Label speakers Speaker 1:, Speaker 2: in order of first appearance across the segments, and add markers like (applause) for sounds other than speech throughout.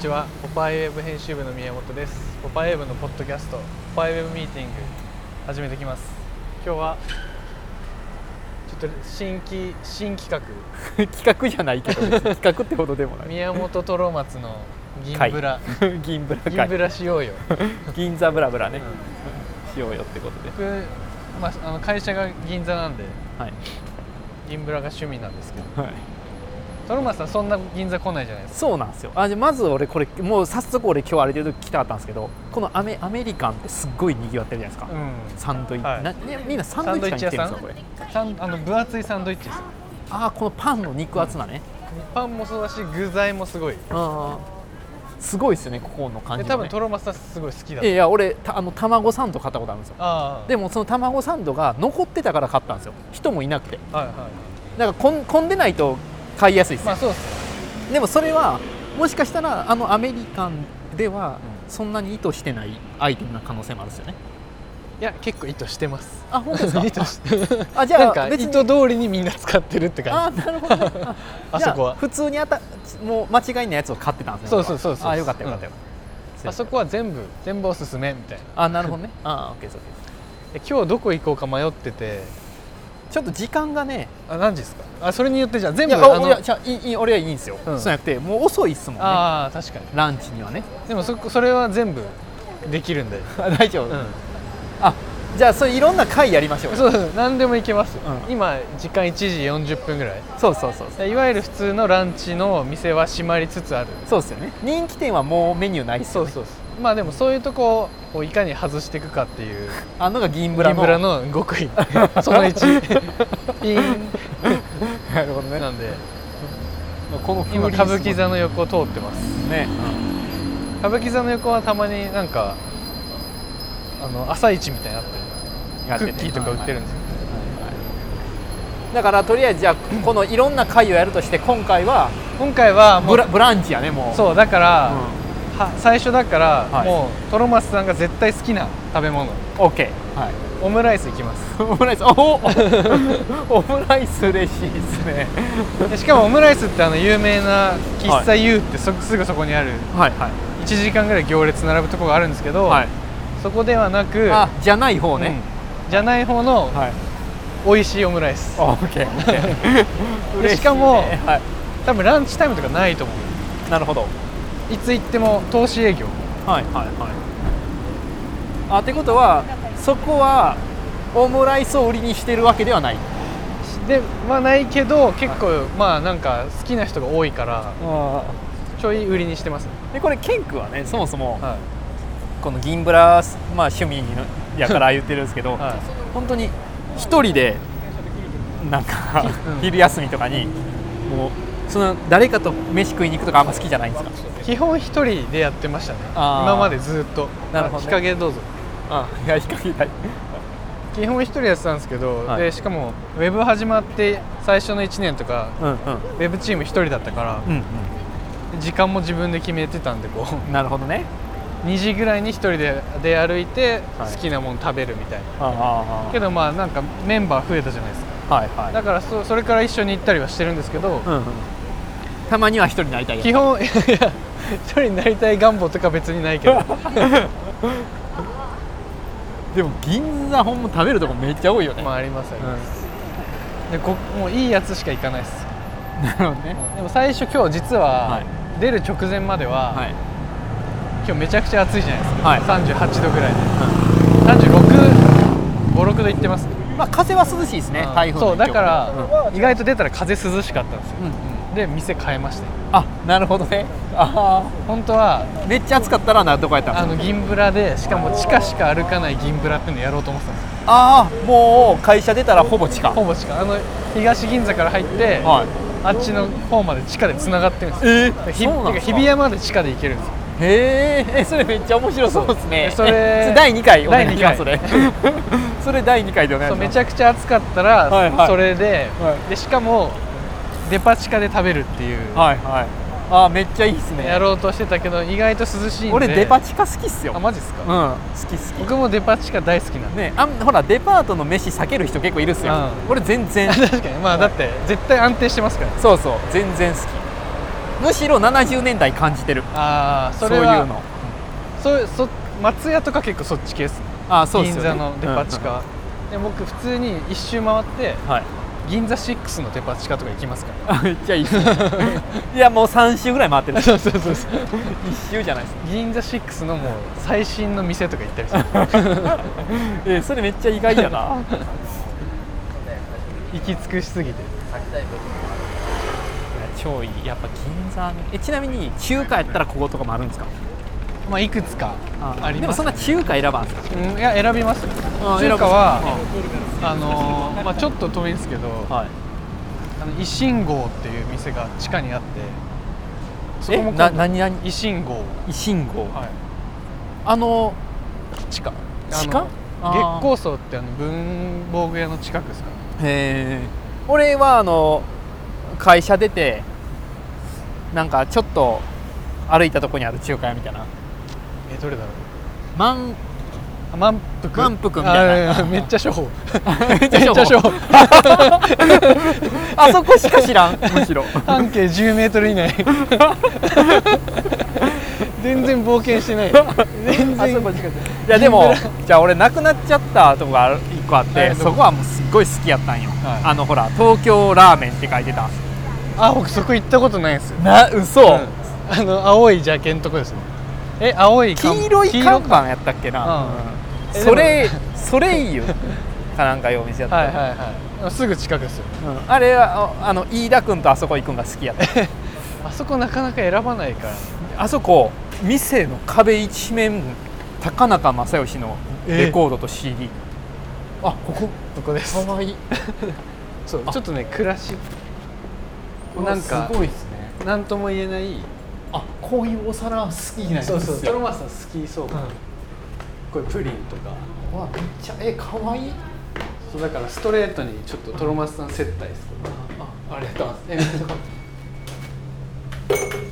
Speaker 1: ちはポパイウェブ編集部の宮本ですポパイウェブのポッドキャストポパイウェブミーティング始めてきます今日はちょっと新規新企
Speaker 2: (laughs) 企画じゃないけど (laughs) 別に企画ってほどでも
Speaker 1: 画
Speaker 2: ない
Speaker 1: 宮本トロマツの銀ブラ
Speaker 2: (laughs) 銀ブラ
Speaker 1: 銀ブ
Speaker 2: 会
Speaker 1: ラしようよ、
Speaker 2: 銀座ブラブラね、
Speaker 1: うん
Speaker 2: しようよってことで、
Speaker 1: 僕、まあ、あの会社が銀座なんで
Speaker 2: はい
Speaker 1: 銀ブラが趣味なんですけど
Speaker 2: はい、
Speaker 1: トロマツさんそんな銀座来ないじゃないですか
Speaker 2: そうなんですよあじゃあまず俺これもう早速俺今日歩いてる時来たかったんですけどこのアメアメリカンってすっごい賑わってるじゃないですか、
Speaker 1: ん
Speaker 2: サンドイッチ、
Speaker 1: はい
Speaker 2: なね、みんなサンドイッチが来てるんですよこれ
Speaker 1: サンあの分厚いサンドイッチですよ
Speaker 2: ああこのパンの肉厚なね、
Speaker 1: パンもそうだし具材もすごい
Speaker 2: あーすごいですよねここの感
Speaker 1: で
Speaker 2: じ
Speaker 1: 多
Speaker 2: も
Speaker 1: 分
Speaker 2: ね
Speaker 1: トロマツさんすごい好きだ
Speaker 2: いやいや俺たあの卵サンド買ったことあるんですよ
Speaker 1: ああ
Speaker 2: でもその卵サンドが残ってたから買ったんですよ人もいなくて
Speaker 1: はいはい
Speaker 2: だからこん混んでないと買いやすいですよ
Speaker 1: まあそうっす
Speaker 2: でもそれはもしかしたらあのアメリカンではそんなに意図してないアイテムな可能性もあるんですよね
Speaker 1: いや結構意図して
Speaker 2: (laughs)
Speaker 1: ます
Speaker 2: あ本当ですか
Speaker 1: 意図して
Speaker 2: あ
Speaker 1: (laughs)
Speaker 2: じ
Speaker 1: なん
Speaker 2: ゃ
Speaker 1: か
Speaker 2: あ
Speaker 1: 意
Speaker 2: 別に
Speaker 1: 図通りにみんな使ってるって
Speaker 2: あ
Speaker 1: 感
Speaker 2: なるほどねあ
Speaker 1: あ
Speaker 2: じゃ
Speaker 1: そこは
Speaker 2: 普通にあたもう間違いないやつを買ってたんですね
Speaker 1: そうそうそうそう
Speaker 2: 俺はあよかったよかったよかっ
Speaker 1: じ
Speaker 2: た
Speaker 1: あそこは全部全部おすすめみたいな
Speaker 2: あなるほ
Speaker 1: (laughs)
Speaker 2: どねあオッケーですオッケーで
Speaker 1: え今日どこ行こうか迷ってて
Speaker 2: すちょっと時間がね
Speaker 1: あ何時ですかあそれによってじゃあ全
Speaker 2: い
Speaker 1: 部
Speaker 2: や
Speaker 1: あ
Speaker 2: あ
Speaker 1: の
Speaker 2: いやじゃあいいいい俺はいいんですよ、
Speaker 1: うん
Speaker 2: そうじゃなくてもう遅いっすもんね
Speaker 1: ああ確かに
Speaker 2: ランチにはね
Speaker 1: でもそこそれは全部できるんで
Speaker 2: 大丈夫、
Speaker 1: う
Speaker 2: あじゃあそれいろんな回やりましょうん
Speaker 1: そうそう何でも行けます、
Speaker 2: うん
Speaker 1: 今時間1時40分ぐらい
Speaker 2: そうそうそう
Speaker 1: いわゆる普通のランチの店は閉まりつつある
Speaker 2: そうですよね人気店はもうメニューないっす
Speaker 1: そ
Speaker 2: よ
Speaker 1: う
Speaker 2: ね
Speaker 1: そうそうまあでもそういうとこをいかに外していくかっていう
Speaker 2: あのが銀ブ
Speaker 1: ブラ
Speaker 2: ラの
Speaker 1: ブラの極意その1ピン
Speaker 2: なるほどね
Speaker 1: なんで
Speaker 2: この
Speaker 1: 今歌舞伎
Speaker 2: 座
Speaker 1: 座の横を通ってます
Speaker 2: ね、
Speaker 1: 歌舞伎座の横はたまになんかあの朝市みたいになって
Speaker 2: や
Speaker 1: る
Speaker 2: っ
Speaker 1: ク
Speaker 2: てて
Speaker 1: ッキーとか売ってるんですよ、
Speaker 2: だからとりあえずじゃあこのいろんな会をやるとして今回は
Speaker 1: 今回はもう
Speaker 2: ブラブランチやねもうう、
Speaker 1: そうだから、
Speaker 2: ん、
Speaker 1: は最初だから、
Speaker 2: はい
Speaker 1: もうトロマスさんが絶対好きな食べ物
Speaker 2: OK、はい、
Speaker 1: オムライスいきます
Speaker 2: オムライスおおオムライス嬉しいですね
Speaker 1: でしかもオムライスってあの有名な喫茶 U ってそ、すぐそこにある
Speaker 2: はいはい
Speaker 1: 1時間ぐらい行列並ぶとこがあるんですけど、
Speaker 2: はい
Speaker 1: そこではなく
Speaker 2: あじゃない方
Speaker 1: うん
Speaker 2: ね、
Speaker 1: じゃない方の
Speaker 2: はい
Speaker 1: 美味しいオムライス、
Speaker 2: オッケーオッケ (laughs) ー嬉しいね
Speaker 1: しかも
Speaker 2: は
Speaker 1: 多分ランチタイムとかないと思
Speaker 2: い、なるほど
Speaker 1: ういつ行っても投資営業
Speaker 2: はいはいはいあってことはそこはオムライスを売りにしてるわけではない
Speaker 1: ではないけど結構、まあなんか好きな人が多いからちょい売りにしてます、
Speaker 2: でこれケン君はねそもそも
Speaker 1: は
Speaker 2: この銀ブラ、まあ、趣味のやから言ってるんですけど、
Speaker 1: いは
Speaker 2: 本当に一人でなんか
Speaker 1: うん
Speaker 2: 昼休みとかにもうその誰かと飯食いに行くとかあんま好きじゃないんですか
Speaker 1: い、基本一人でやってましたね
Speaker 2: あー
Speaker 1: 今までずっと
Speaker 2: なるほどね
Speaker 1: あ日陰どうぞ
Speaker 2: あいや日陰だ
Speaker 1: 基本一人でやってたんですけど、
Speaker 2: はい
Speaker 1: でしかもウェブ始まって最初の1年とか
Speaker 2: うんうん
Speaker 1: ウェブチーム一人だったから
Speaker 2: うん
Speaker 1: 時間も自分で決めてたんでこう
Speaker 2: うんなるほどね
Speaker 1: 2時ぐらいに一人で出歩いて好
Speaker 2: はい
Speaker 1: きなもの食べるみたいな、
Speaker 2: ああ
Speaker 1: けどまあなんかメンバー増えたじゃないですか
Speaker 2: はいはい
Speaker 1: だからそそれから一緒に行ったりはしてるんですけど、
Speaker 2: うんうんたまには一人になりたい
Speaker 1: 基本 (laughs) いやいや一人になりたい願望とか別にないけど
Speaker 2: でも銀座本も食べるとこめっちゃ多いよね、
Speaker 1: まあありますあります、でこもういいやつしか行かないです
Speaker 2: なるほどね
Speaker 1: でも最初今日実は
Speaker 2: は
Speaker 1: 出る直前までは、
Speaker 2: はい
Speaker 1: 今日めちゃくちゃ暑いじゃないですか、
Speaker 2: はい
Speaker 1: 38度ぐらいで、36 56度いってます、
Speaker 2: まあ風は涼しいですね
Speaker 1: うん
Speaker 2: 台風の
Speaker 1: そうだ
Speaker 2: 影響
Speaker 1: から、
Speaker 2: ね
Speaker 1: 意外と出たら風涼しかったんですよ
Speaker 2: うんうん
Speaker 1: で店変えましたよ
Speaker 2: あなるほどねあ
Speaker 1: 本当は
Speaker 2: あめっちゃ暑かったらなんとかやったんです
Speaker 1: あの
Speaker 2: よ
Speaker 1: 銀ブラでしかも地下しか歩かない銀ブラっていうのやろうと思ってたんですよ
Speaker 2: ああもう会社出たらほぼ地下
Speaker 1: ほぼ地下あの東銀座から入って、
Speaker 2: はい
Speaker 1: あっちの方まで地下でつながってるんですよ
Speaker 2: え
Speaker 1: だから
Speaker 2: ー、
Speaker 1: ひ
Speaker 2: そうなん
Speaker 1: て
Speaker 2: で
Speaker 1: か
Speaker 2: す
Speaker 1: 日
Speaker 2: か
Speaker 1: 比谷まで地下で行けるんですよ
Speaker 2: へーえそれめっちゃ面白そうですね
Speaker 1: それ
Speaker 2: え第2回お願い
Speaker 1: 第
Speaker 2: し
Speaker 1: 二
Speaker 2: ま
Speaker 1: 回
Speaker 2: すそれ (laughs) それ第2回でお願い
Speaker 1: そう
Speaker 2: し
Speaker 1: め
Speaker 2: ま
Speaker 1: ち
Speaker 2: す
Speaker 1: ゃくちゃ暑かったら、
Speaker 2: はいはい
Speaker 1: それで,、
Speaker 2: はい
Speaker 1: でしかもデパ地下で食べるっていう、
Speaker 2: はいはいああめっちゃいいっす
Speaker 1: や
Speaker 2: ね
Speaker 1: ろうとしてたけど意外と涼しいんで
Speaker 2: 俺デパ地下好きっすよ
Speaker 1: あマジっす
Speaker 2: う
Speaker 1: か、
Speaker 2: ん好き好
Speaker 1: 僕もデパ地下大好き
Speaker 2: (laughs)
Speaker 1: なん
Speaker 2: き
Speaker 1: で、
Speaker 2: ねあんほらデパートの飯避ける人結構いるっすよ、
Speaker 1: う
Speaker 2: (laughs) 俺全然
Speaker 1: 確かにまあだって絶対安定してますから
Speaker 2: そうそう全然好きむしろ70年代感じてる
Speaker 1: ああ
Speaker 2: そ
Speaker 1: そうれ
Speaker 2: いう
Speaker 1: は
Speaker 2: の
Speaker 1: そういうそ松屋とか結構そっち系です
Speaker 2: あそうです
Speaker 1: 銀
Speaker 2: よ、ね、
Speaker 1: 座のデパ地
Speaker 2: うんうん
Speaker 1: 下、で僕普通に一周回って
Speaker 2: はい
Speaker 1: 銀座6のデパ地下とか行き
Speaker 2: (laughs)
Speaker 1: ますか
Speaker 2: あめっちゃいいっすねいやもう3周ぐらい回ってる
Speaker 1: らそうそうそうそう
Speaker 2: 1周じゃないです
Speaker 1: 銀座6のもう最新の店とか行ったりす
Speaker 2: (laughs)
Speaker 1: る
Speaker 2: えそれめっちゃ意外やな
Speaker 1: 行き尽くしすぎて
Speaker 2: 超いいやっぱ銀座ねえちなみに中華やったらこことかもあるんですか
Speaker 1: まあいくつかあり
Speaker 2: でも
Speaker 1: ます
Speaker 2: そんな中華選ばんすか
Speaker 1: うんいや選びます中
Speaker 2: あ選ぶ
Speaker 1: 華はあのーまあ、ちょっと遠いんですけど
Speaker 2: はい
Speaker 1: あの維新号っていう店が地下にあってそこ
Speaker 2: え
Speaker 1: も
Speaker 2: な何何
Speaker 1: 維新号
Speaker 2: 維新号
Speaker 1: はい
Speaker 2: あの
Speaker 1: 地下
Speaker 2: 地下
Speaker 1: あの
Speaker 2: あー
Speaker 1: 月光荘ってあの文房具屋の近くですか
Speaker 2: へえ俺はあの会社出てなんかちょっと歩いたとこにある中華屋みたいな
Speaker 1: えどれだろう
Speaker 2: マ (laughs) ン
Speaker 1: あ満腹
Speaker 2: 満腹みたいな
Speaker 1: あややめっちゃ処方
Speaker 2: めっちゃ処方
Speaker 1: 方
Speaker 2: あそこしか知らんむしろ
Speaker 1: 半径1 0ル以
Speaker 2: (laughs)
Speaker 1: 内全然冒険してない全
Speaker 2: あそ
Speaker 1: 然
Speaker 2: こしかいやでもじゃあ俺なくなっちゃったとこが1個あっ
Speaker 1: はい
Speaker 2: て
Speaker 1: どうぞ
Speaker 2: そこはもうすっごい好きやったんよ、
Speaker 1: はい
Speaker 2: あのほら東京ラーメンって書いてた
Speaker 1: あ僕そこ行ったことないんですよ
Speaker 2: な嘘、
Speaker 1: あの青い邪剣のとこですねえ青い看
Speaker 2: 黄色い看
Speaker 1: か
Speaker 2: 板やったっけな、
Speaker 1: うんえ
Speaker 2: それそれいい (laughs) よかなんかいうお店やった、
Speaker 1: はいはいはいすぐ近くですよ
Speaker 2: うんあれはああの飯田君とあそこ行くんが好きやった
Speaker 1: あそこなかなか選ばないから
Speaker 2: あそこ店の壁一面高中正義のレコードと CD、あここ
Speaker 1: ここです
Speaker 2: かわいい
Speaker 1: そう
Speaker 2: あ
Speaker 1: ちょっとね暮らしなんか
Speaker 2: すごいですね
Speaker 1: なんとも言えない
Speaker 2: あこういうお皿好きなんですよ
Speaker 1: トロマスさん好きそうかな、これプリンとか
Speaker 2: うわめっちゃえかわいい
Speaker 1: そうだからストレートにちょっとトロマスさん接待ですあありがとうございますえ
Speaker 2: めっ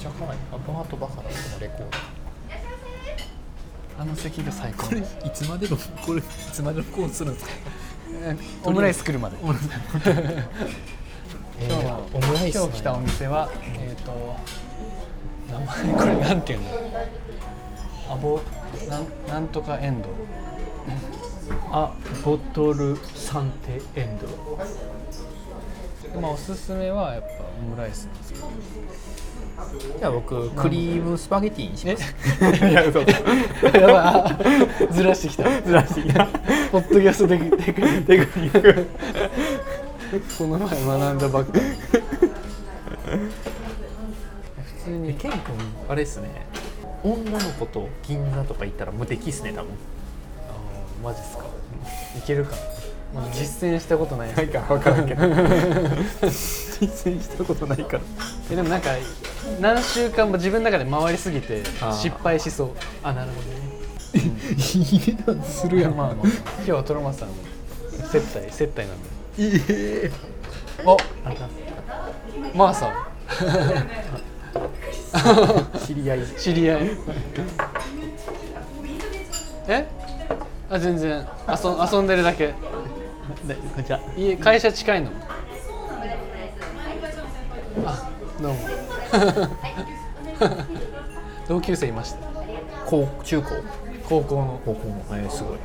Speaker 2: ちゃかわいいアパートバカなこのレコード
Speaker 1: あの席が最高
Speaker 2: これいつまでのこれいつまでのコーンするんですか
Speaker 1: えオムライス来るまで
Speaker 2: え
Speaker 1: 今日は
Speaker 2: オムライス
Speaker 1: 今日来たお店はえっ、と名前これなんていうのアボなんなんとかエンド
Speaker 2: あボトルサンテエンド
Speaker 1: まあおすすめはやっぱオムライスです
Speaker 2: じゃあ僕クリームスパゲティにします
Speaker 1: え
Speaker 2: い (laughs) や
Speaker 1: (laughs)
Speaker 2: 嘘嘘
Speaker 1: やばい (laughs) ずらしてきた
Speaker 2: ずらしてきた
Speaker 1: ポッドキャストでテクニック
Speaker 2: テクニック
Speaker 1: この前学んだばっかり普通に
Speaker 2: ケン君あれっすね女の子と銀座とか行ったら無敵っすね多分
Speaker 1: あーマジっすかいけるかな、まあ、実践したことないです
Speaker 2: なんか分からんけど (laughs) 実践したことないから
Speaker 1: えでもなんか何週間も自分の中で回りすぎて
Speaker 2: あー
Speaker 1: 失敗しそうあなるほどね
Speaker 2: いいなんするやん
Speaker 1: まあまあ今日はトロマスさんの接待接待なんで
Speaker 2: いいえ
Speaker 1: あマーさん
Speaker 2: (laughs) 知り合い
Speaker 1: 知り合いえあ全然遊ん遊んでるだけ
Speaker 2: じゃ
Speaker 1: 家会社近いのあどうも同級生いました
Speaker 2: 高中高
Speaker 1: 高校の
Speaker 2: 高校のえー、すごい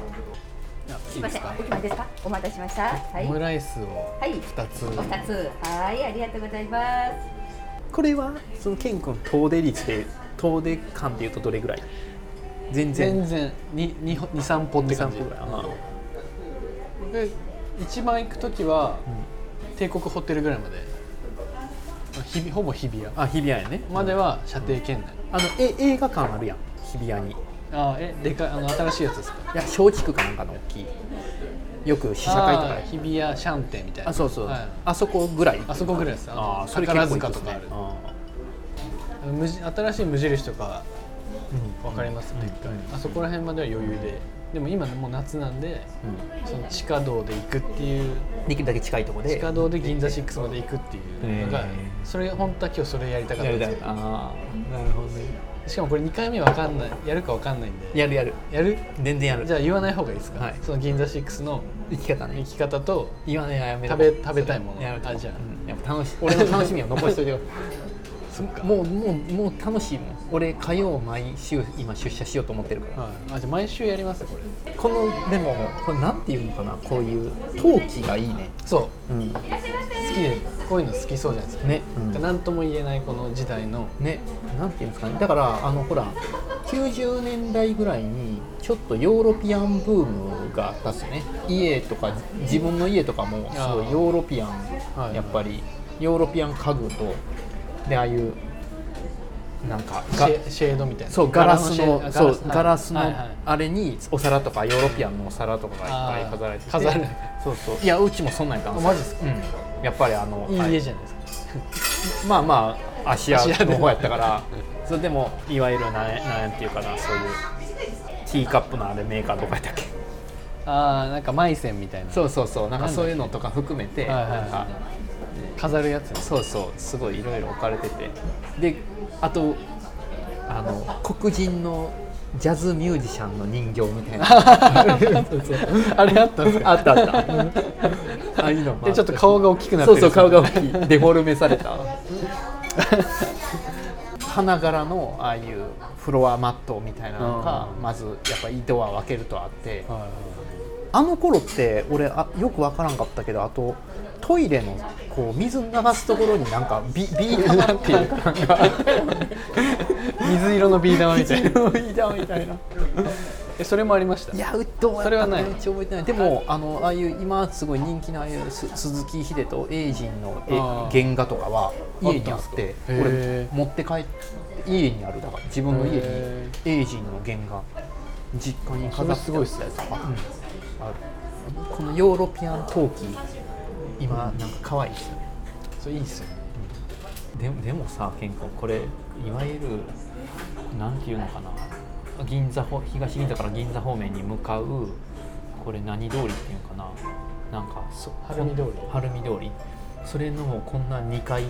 Speaker 3: すみません、お決まりですか。お待たせしました。は
Speaker 1: オ
Speaker 3: い。
Speaker 1: ム
Speaker 3: は
Speaker 1: ライスを
Speaker 3: い。
Speaker 1: 2つ
Speaker 3: お二つ。はい、ありがとうございます。
Speaker 2: これはそのケン君遠出率で遠出感でいうとどれぐらい全
Speaker 1: 全
Speaker 2: 然
Speaker 1: 然23歩って感じ
Speaker 2: 23歩ぐらいあ
Speaker 1: で一番行く時は、帝国ホテルぐらいまであ日々ほぼ日比谷
Speaker 2: あ日比谷やね
Speaker 1: までは射程圏内
Speaker 2: あのえ映画館あるやん日比谷にい
Speaker 1: あえでかいあの新しいやつですか
Speaker 2: や松竹かなんかの大きいよく試写会とか
Speaker 1: あ
Speaker 2: で
Speaker 1: ー日比谷シャンテみたいな
Speaker 2: あそうそう、
Speaker 1: はい
Speaker 2: あそこぐらい
Speaker 1: あそこぐらいです
Speaker 2: あーそれ結
Speaker 1: 宝
Speaker 2: 構い
Speaker 1: 塚
Speaker 2: いで
Speaker 1: と
Speaker 2: す
Speaker 1: かあ
Speaker 2: ね
Speaker 1: る
Speaker 2: あ
Speaker 1: 無印新しい無印とか
Speaker 2: ー
Speaker 1: 分かります
Speaker 2: うん
Speaker 1: でっかいあそこら辺までは余裕ででも今もう夏なんで
Speaker 2: うん
Speaker 1: その地下道で行くっていう
Speaker 2: できるだけ近いところで
Speaker 1: 地下道で銀座6まで行くっていうのが
Speaker 2: へー
Speaker 1: それ本当は今日それやりたかっ
Speaker 2: や
Speaker 1: たん
Speaker 2: り
Speaker 1: で
Speaker 2: た
Speaker 1: す
Speaker 2: い
Speaker 1: けど
Speaker 2: ああなるほどね
Speaker 1: しかもこれ2回目わかんないやるかわかんないんで
Speaker 2: やるやる
Speaker 1: やる
Speaker 2: 全然やる
Speaker 1: じゃあ言わない方がいいですか、
Speaker 2: はい
Speaker 1: その銀座6の
Speaker 2: 生き方
Speaker 1: 生
Speaker 2: ね
Speaker 1: き方と
Speaker 2: 言わねえやめろ
Speaker 1: 食べ食べたいもの
Speaker 2: やめろ
Speaker 1: あじゃあ
Speaker 2: うんやっぱ楽し (laughs) (laughs) 俺の楽しみを残し (laughs) といてよ
Speaker 1: そっか
Speaker 2: もうもうもう楽しいもん俺火曜毎週今出社しようと思ってるから、
Speaker 1: はい、あじゃあ毎週やりますこれ
Speaker 2: このでもこれなんていうのかなこういう陶器がいいね
Speaker 1: そう
Speaker 2: うん
Speaker 1: 好きでこういうの好きそうじゃないですか
Speaker 2: ね、うん
Speaker 1: なん、何とも言えないこの時代の
Speaker 2: ねなんていうんですかねだからあのほら90年代ぐらいにちょっとヨーロピアンブームがあったんですよね家とか自分の家とかもす
Speaker 1: あ
Speaker 2: ご
Speaker 1: ー
Speaker 2: いヨーロピアン、
Speaker 1: はい
Speaker 2: やっぱりヨーロピアン家具とでああいうなんか
Speaker 1: シ
Speaker 2: が
Speaker 1: ェシェードみたいな
Speaker 2: そうガラス
Speaker 1: シェー
Speaker 2: の
Speaker 1: ドあ
Speaker 2: そうガラスの
Speaker 1: はいはいはい
Speaker 2: あれにお皿とかヨーロピアンのお皿とかがいっぱい飾られてて
Speaker 1: あー飾る
Speaker 2: そうそういやうちもそんなんやったん
Speaker 1: あ
Speaker 2: ですよ
Speaker 1: マジっすか
Speaker 2: うん、やっぱりあのあ
Speaker 1: いい
Speaker 2: れ
Speaker 1: 家じゃないですか
Speaker 2: まあまあ芦屋
Speaker 1: 芦屋で
Speaker 2: の方やったからそれでもいわゆるなんなんていうかなそういうティーカップのあれメーカーとかやったっけ
Speaker 1: ああなんかマイセンみたいな
Speaker 2: そうそうそうなんかそういうのとか含めて
Speaker 1: はいはいはい
Speaker 2: なんか
Speaker 1: 飾るやつ (laughs)
Speaker 2: そうそうすごいいろいろ置かれててであとあの黒人のジャズミュージシャンの人形みた (laughs) いな
Speaker 1: あれあったんですか
Speaker 2: あったあ
Speaker 1: (laughs)
Speaker 2: (laughs) ったああいうのもあた
Speaker 1: でちょっと顔が大きくなってる
Speaker 2: そうそう顔が大きいデフォルメされた (laughs) 花柄のああいうフロアマットみたいなのが
Speaker 1: う
Speaker 2: まずやっぱりドアを開けるとあって
Speaker 1: はいはい
Speaker 2: あの頃って俺あよくわからんかったけどあとトイレのこう水流すところになんかビビー玉っていうかなんか
Speaker 1: 水色のビー玉みたいな
Speaker 2: 水の (laughs) ビー玉みたいな。
Speaker 1: えそれもありました
Speaker 2: いやうどうやったか
Speaker 1: それはないう
Speaker 2: ち覚えてないでもあのああいう今すごい人気のああいうす鈴木秀と英人の絵
Speaker 1: あー
Speaker 2: 原画とかは家に
Speaker 1: あった
Speaker 2: あって
Speaker 1: んすかへ
Speaker 2: 俺
Speaker 1: ー
Speaker 2: 持って帰って家にあるだから自分の家に
Speaker 1: へ
Speaker 2: 英人の原画実家に飾
Speaker 1: そ
Speaker 2: って
Speaker 1: れすごいっすね
Speaker 2: あったやつうんあるこのヨーロピアン陶器今なんか可愛いですよね
Speaker 1: それいいっすよ
Speaker 2: でもでもさ健康これいわゆるなんていうのかな銀座ほ東銀座から銀座方面に向かうこれ何通りっていうのかななんかそ
Speaker 1: 晴海通り
Speaker 2: 晴海通りそれのこんな2階の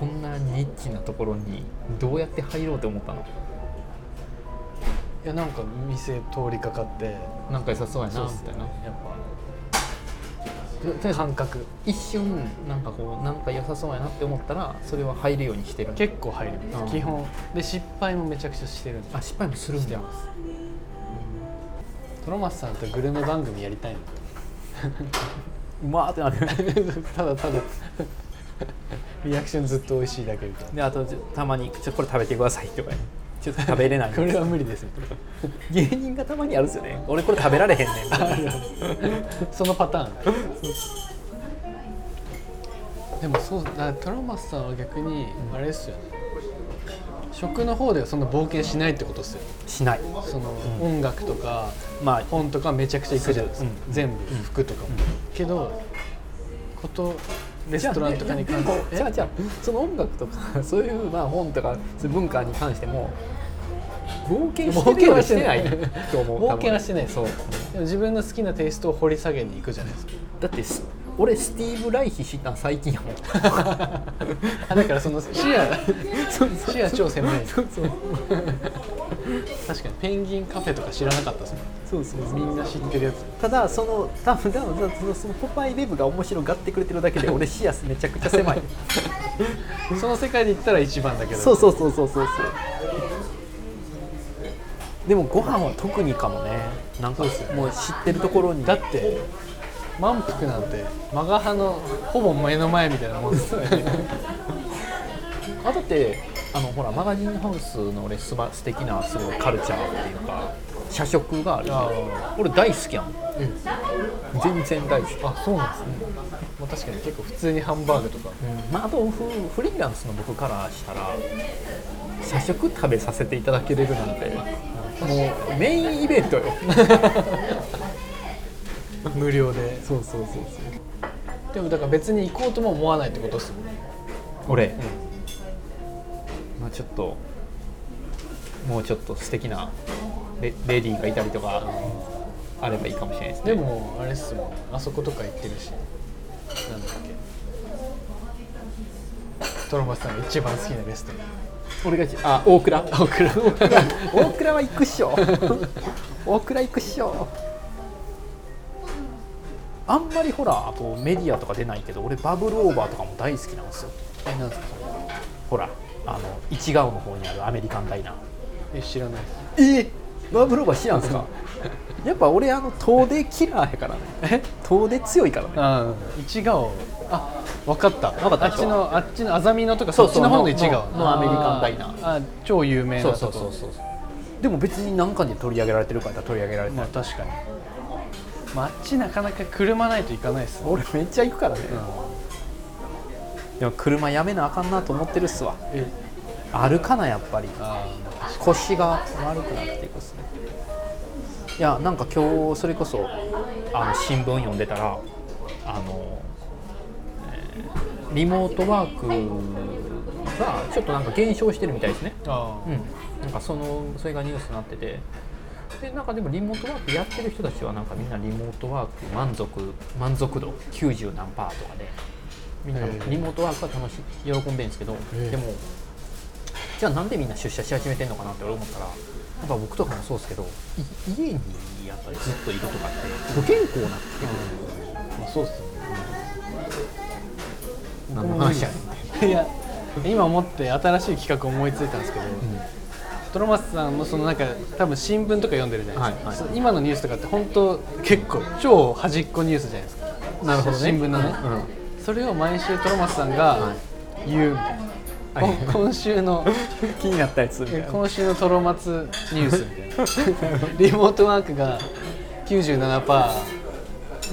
Speaker 2: こんなニッチなところにどうやって入ろうと思ったの
Speaker 1: いやなんか店通りかかって
Speaker 2: なんか良さそうやなみたいな
Speaker 1: やっ
Speaker 2: とりあえ
Speaker 1: ぱ
Speaker 2: ず
Speaker 1: 感覚
Speaker 2: 一瞬なんかこうなんか良さそうやなって思ったらそれは入るようにしてる
Speaker 1: 結構入ります、
Speaker 2: うん
Speaker 1: 基本で失敗もめちゃくちゃしてるんで
Speaker 2: あ失敗もするんだよ
Speaker 1: トロマスさんとグルメ番組やりたいの
Speaker 2: うまーってなる
Speaker 1: (laughs) ただただリアクションずっと美味しいだけみたいな
Speaker 2: であとちょたまに「ちょこれ食べてください」とか「ちょっと食べれないん
Speaker 1: こ
Speaker 2: で
Speaker 1: れ
Speaker 2: す
Speaker 1: は無理ですみたいな」
Speaker 2: 芸人がたまにあるんですよね「俺これ食べられへんねん」みたいな
Speaker 1: (laughs) そのパターンでもそうだからトロマスさんは逆にあれですよね、食の方ではそんな冒険しないってことですよ
Speaker 2: しない
Speaker 1: その
Speaker 2: うん
Speaker 1: 音楽とか
Speaker 2: まあ
Speaker 1: 本とかめちゃくちゃ行くじゃないですか、
Speaker 2: うん
Speaker 1: 全部服とかも、けどことレストランとかに関して
Speaker 2: じゃあじゃあその音楽とかそういうまあ本とかそういう文化に関しても冒険してるようはして
Speaker 1: (laughs)
Speaker 2: ないと思う
Speaker 1: 冒険はしてない
Speaker 2: そう
Speaker 1: でも自分の好きなテイストを掘り下げに行くじゃないですか
Speaker 2: だってす俺スティーブ・ライヒ知ったん最近やもん
Speaker 1: あだからその視 (laughs) 野視野超狭い
Speaker 2: そうそう
Speaker 1: 確かにペンギンカフェとか知らなかったです
Speaker 2: そうそう
Speaker 1: もんみんな知ってるやつ
Speaker 2: ただその多分多分そのそのポパイウェブが面白がってくれてるだけで俺視野めちゃくちゃ狭い
Speaker 1: その世界で言ったら一番だけど
Speaker 2: そうそうそうそうそうそうでもご飯は特にかもねなんかもう知ってるところに
Speaker 1: だって満腹なんてマガハのほぼ目の前みたいなもん (laughs) ですよね
Speaker 2: あだってあのほらマガジンハウスの俺すば素敵なすごいカルチャーっていうか社食があるじゃん
Speaker 1: あ
Speaker 2: 俺大好きやもん全然大好き
Speaker 1: あそうなんですね、まあ、確かに結構普通にハンバーグとか
Speaker 2: まあ、あとフフリーランスの僕からしたら社食食べさせていただけれるなんてもうメインイベントよ
Speaker 1: (laughs) 無料で
Speaker 2: そうそうそうそう
Speaker 1: でもだから別に行こうとも思わないってことですもんね
Speaker 2: 俺、まあちょっともうちょっと素敵なレレディーがいたりとかあればいいかもしれないです
Speaker 1: で
Speaker 2: ね
Speaker 1: もあれっすもんあそことか行ってるしなんだっけトロマスさんが一番好きなレストラン
Speaker 2: お願いしあ大倉
Speaker 4: 大倉
Speaker 2: いや大倉は行くっしょ大倉行くっしょあんまりほらこうメディアとか出ないけど俺バブルオーバーとかも大好きなんですよ
Speaker 1: えなんですか
Speaker 2: ほらあの一顔の方にあるアメリカンダイナー
Speaker 1: え知らないです
Speaker 2: えバブルオーバー知らんすかやっぱ俺あの遠出キラーやからね
Speaker 1: え
Speaker 2: 遠出強いからね
Speaker 1: あ一顔あわかった
Speaker 2: わかった
Speaker 1: あっちのあっちのあざみのとか
Speaker 2: そ
Speaker 1: そうっちの方の一顔
Speaker 2: そうののアメリカンダイナー
Speaker 1: ああ超有名な
Speaker 2: そ
Speaker 1: と
Speaker 2: う
Speaker 1: こ
Speaker 2: そうそうそうでも別に何かに取り上げられてるかやったら取り上げられてな
Speaker 1: ま
Speaker 2: い
Speaker 1: あ確かに、まあ、あっちなかなか車ないと行かないですね
Speaker 2: 俺めっちゃ行くからね、でも車やめなあかんなと思ってるっすわ
Speaker 1: え
Speaker 2: 歩かなやっぱり
Speaker 1: あ
Speaker 2: 腰が悪くなっていくっすねいやなんか今日それこそあの新聞読んでたらあの、えーリモートワークがちょっとなんか減少してるみたいですね
Speaker 1: ーあー
Speaker 2: うん、なんかそのそれがニュースになっててでなんかでもリモートワークやってる人たちはなんかみんなリモートワーク満足満足度90何パーとかでみんな
Speaker 1: へえ
Speaker 2: リモートワークは楽しい喜んでるんですけど、
Speaker 1: ええ
Speaker 2: でもじゃあなんでみんな出社し始めてんのかなって俺思ったらやっぱ僕とかもそうですけどい家にやっぱりずっといるとかって不健康なって
Speaker 1: まあそうっすよね
Speaker 2: 何の話やねん
Speaker 1: いや今思って新しい企画思いついたんですけど、トロマスさんもそのなんか多分新聞とか読んでるじゃないですか、
Speaker 2: はいはい
Speaker 1: その今のニュースとかって本当結構超端っこニュースじゃないですか
Speaker 2: なるほどね
Speaker 1: 新聞のね、
Speaker 2: うん
Speaker 1: それを毎週トロマスさんが言うみたいな、
Speaker 2: はい
Speaker 1: こん今週
Speaker 2: (laughs)
Speaker 1: の
Speaker 2: 気になったやつみたいな
Speaker 1: 今週のトロマツニュースみ
Speaker 2: (laughs)
Speaker 1: たいなリモートワークが97%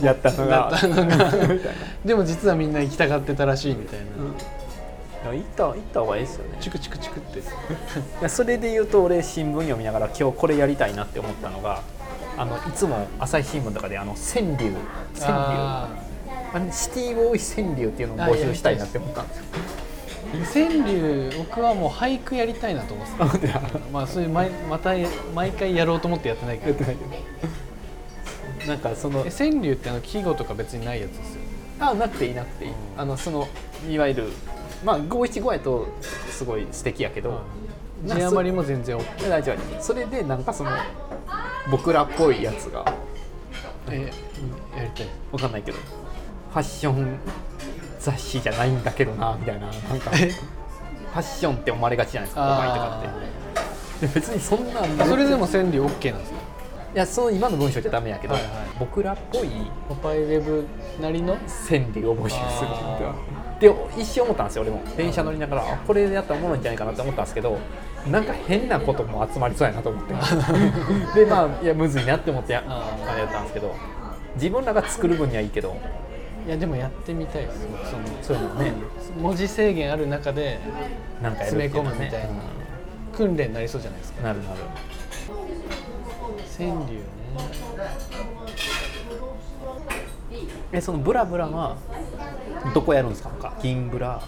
Speaker 2: やったの
Speaker 1: だった
Speaker 2: (laughs)
Speaker 1: のがでも実はみんな行きたがってたらしいみたいな、
Speaker 2: 行った行った方がいいですよね
Speaker 1: チクチクチクって
Speaker 2: いやそれで言うと俺新聞読みながら今日これやりたいなって思ったのがあのいつも朝日新聞とかであの川柳川柳あ
Speaker 1: あー
Speaker 2: のシティボーイ川柳っていうのを募集したいなって思ったん
Speaker 1: (laughs)
Speaker 2: ですよ
Speaker 1: 川柳僕はもう俳句やりたいなと思ってたまあそういう毎また毎回やろうと思ってやってないけど
Speaker 2: なんかその
Speaker 1: え川柳ってあの季語とか別にないやつですよ
Speaker 2: あなくていいなくていいあのそのいわゆるまあ五七五やとすごい素敵やけど、
Speaker 1: 字
Speaker 2: なんかそ
Speaker 1: 余りも全然 OK
Speaker 2: 大丈夫それでなんかその僕らっぽいやつが
Speaker 1: えやりたい
Speaker 2: わかんないけどファッション雑誌じゃないんだけどなみたいななんか
Speaker 1: え
Speaker 2: ファッションって思われがちじゃないですか
Speaker 1: あー
Speaker 2: お前とかっていや別にそんなん
Speaker 1: それでも川柳 OK なんですよ
Speaker 2: いやその今の文章じゃダメやけど、
Speaker 1: はいはい
Speaker 2: 僕らっぽい
Speaker 1: ポパイウェブなりの
Speaker 2: 川柳を募集する
Speaker 1: あ
Speaker 2: で一瞬思ったんですよ俺も電車乗りながらあこれでやったらおもろいんじゃないかなって思ったんですけどなんか変なことも集まりそうやなと思って
Speaker 1: (laughs)
Speaker 2: でまあいやむずいなって思ってや
Speaker 1: あー
Speaker 2: あれやったんですけど自分らが作る分にはいいけど
Speaker 1: いやでもやってみたいです僕その
Speaker 2: そういうのね
Speaker 1: 文字制限ある中で
Speaker 2: なんかやるっていうのは
Speaker 1: 詰め込むみたいな
Speaker 2: ね
Speaker 1: 訓練になりそうじゃないですか
Speaker 2: うんなるなる
Speaker 1: 川柳ね
Speaker 2: えそのブラブラはどこやるんですか他銀ブラ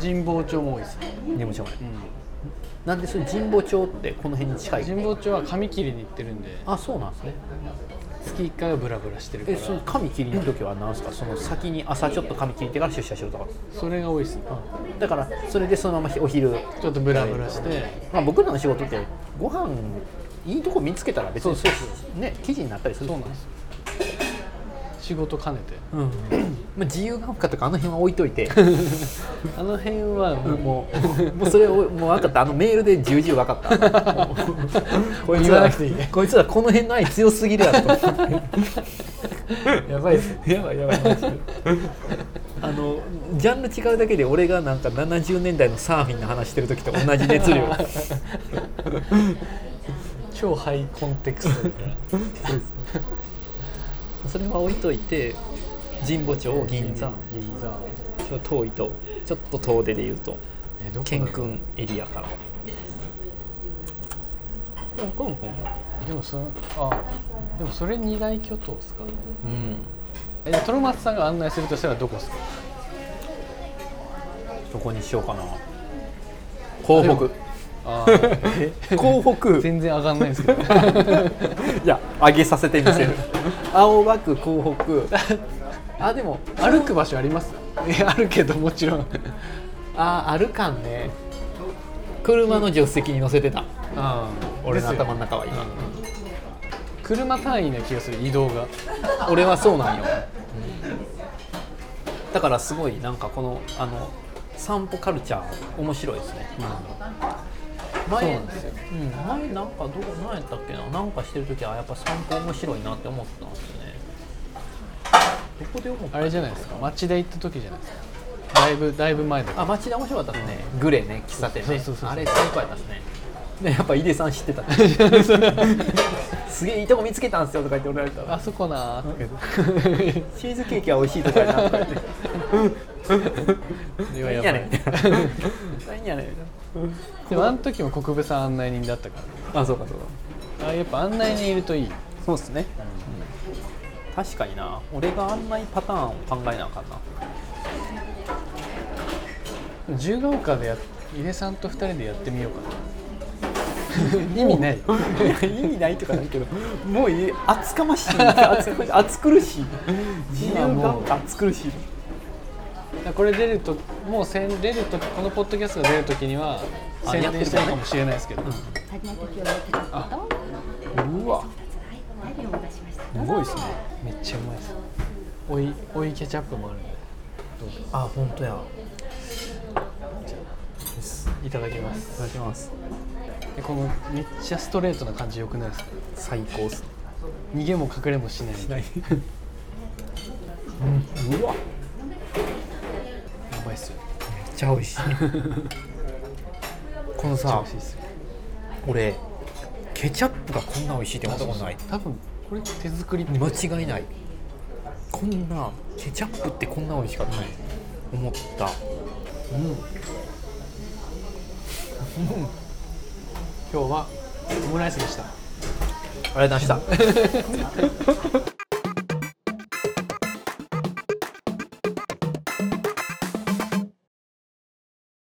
Speaker 1: 神保町も多いですね、
Speaker 2: でもしょうがない
Speaker 1: うん
Speaker 2: なんでそれ神保町ってこの辺に近い
Speaker 1: 神保町は髪切りに行ってるんで
Speaker 2: あそうなんですね
Speaker 1: 月1回はブラブラしてるか
Speaker 2: え
Speaker 1: ら
Speaker 2: その髪切りの時は何ですかその先に朝ちょっと髪切ってから出社しろとか
Speaker 1: それが多いですね
Speaker 2: だからそれでそのままお昼、
Speaker 1: ちょっとブラブラして
Speaker 2: まあ、僕らの仕事ってご飯いいとこ見つけたら別にそうね記事になったりするそうなんです
Speaker 1: 仕事兼ねて
Speaker 2: うん、まあ自由が丘とかあの辺は置いと
Speaker 1: (laughs)
Speaker 2: いて
Speaker 1: あの辺はもう,、
Speaker 2: もうもうそれをもう分かったあのメールで重々分か
Speaker 1: (laughs)
Speaker 2: ったもうこいつ
Speaker 1: 言わ
Speaker 2: ら
Speaker 1: なくていいね
Speaker 2: こいつらこの辺の愛強すぎるやろと思って
Speaker 1: やばいです
Speaker 2: やばいやばいあのジャンル違うだけで俺がなんか70年代のサーフィンの話してる時と同じ熱量
Speaker 1: 超ハイコンテクストだから
Speaker 2: (laughs) それは置いといて神保町銀座
Speaker 1: 銀座
Speaker 2: ちょっと遠いとちょっと遠出で言うと
Speaker 1: えどこだろう
Speaker 2: ケンくんエリアからでもコンコン
Speaker 1: でもそのあでもそれ二大巨頭ですか
Speaker 2: うん
Speaker 1: えトロマツさんが案内するとしたらどこですか
Speaker 2: どこにしようかな広北
Speaker 1: あー
Speaker 2: 広北
Speaker 1: (laughs)
Speaker 2: (laughs)
Speaker 1: 全然上がんないんですけど
Speaker 2: いや上げさせてみせる (laughs) 青葉区広北 (laughs) あでも
Speaker 1: 歩く場所ありますいやあるけどもちろん
Speaker 2: あーあるかんね
Speaker 5: 車の助手席に乗せてた
Speaker 2: あ
Speaker 5: 俺の頭の中は今、
Speaker 1: 車単位な気がする移動が
Speaker 2: あ俺はそうなんよ、だからすごいなんかこのあの散歩カルチャー面白いですね、
Speaker 5: そう
Speaker 2: 前
Speaker 5: なんですよ
Speaker 2: うん、前なんかどこ何やったっけななんかしてる時はやっぱ散歩面白いなって思ってたんですよねどこで思った
Speaker 1: あれじゃないですか街で行った時じゃないですかだいぶだいぶ前だから
Speaker 2: あ町田面白かったですね、グレね喫茶店ね
Speaker 1: そうそうそうそう
Speaker 2: あれ最高やったですねでやっぱ井出さん知って (laughs) たすげえいいとこ見つけたんですよとか言っておられたら
Speaker 1: あそこなーって
Speaker 2: チーズケーキは美味しいとかやなとか言って
Speaker 1: 言
Speaker 2: 何
Speaker 1: う
Speaker 2: やねんみたいな何やねんみ
Speaker 1: でもあの時も国分さん案内人だったか
Speaker 2: たいなあそうかそうから
Speaker 1: あやっぱ案内人いるといい
Speaker 2: そうっすね、確かにな俺があんないパターンを考えなあかんな
Speaker 1: 自由が丘でや井出さんと二人でやってみようか
Speaker 2: (laughs)
Speaker 1: な意味ない
Speaker 2: いや意味ないとかないけどもういい厚かましい厚かましい厚苦しい自由が丘厚苦しい
Speaker 1: これ出るともうせん出るとこのポッドキャストが出るときには
Speaker 2: あ
Speaker 1: 宣伝してるかもしれないですけど、
Speaker 3: 足りない時をやってたことと、
Speaker 2: うわ
Speaker 3: はい、メニューをお出ししました。
Speaker 2: すごいですね
Speaker 1: めっちゃうまいです追い追いケチャップもあるんで
Speaker 2: あ本当や
Speaker 1: いただきます
Speaker 2: いただきます
Speaker 1: でこのめっちゃストレートな感じ良くないですか
Speaker 2: 最高っす
Speaker 1: 逃げも隠れもしない
Speaker 2: ないうわめ
Speaker 1: やばいっすよ
Speaker 2: っちゃ美味しいこのさ
Speaker 1: 美味しいっすよ
Speaker 2: 俺ケチャップがこんな美味しいって思ったことない
Speaker 1: 多分これ手作り
Speaker 2: 間違いないこんなケチャップってこんな美味しかったね思った
Speaker 1: 今日はオムライスでした
Speaker 2: ありがとうございました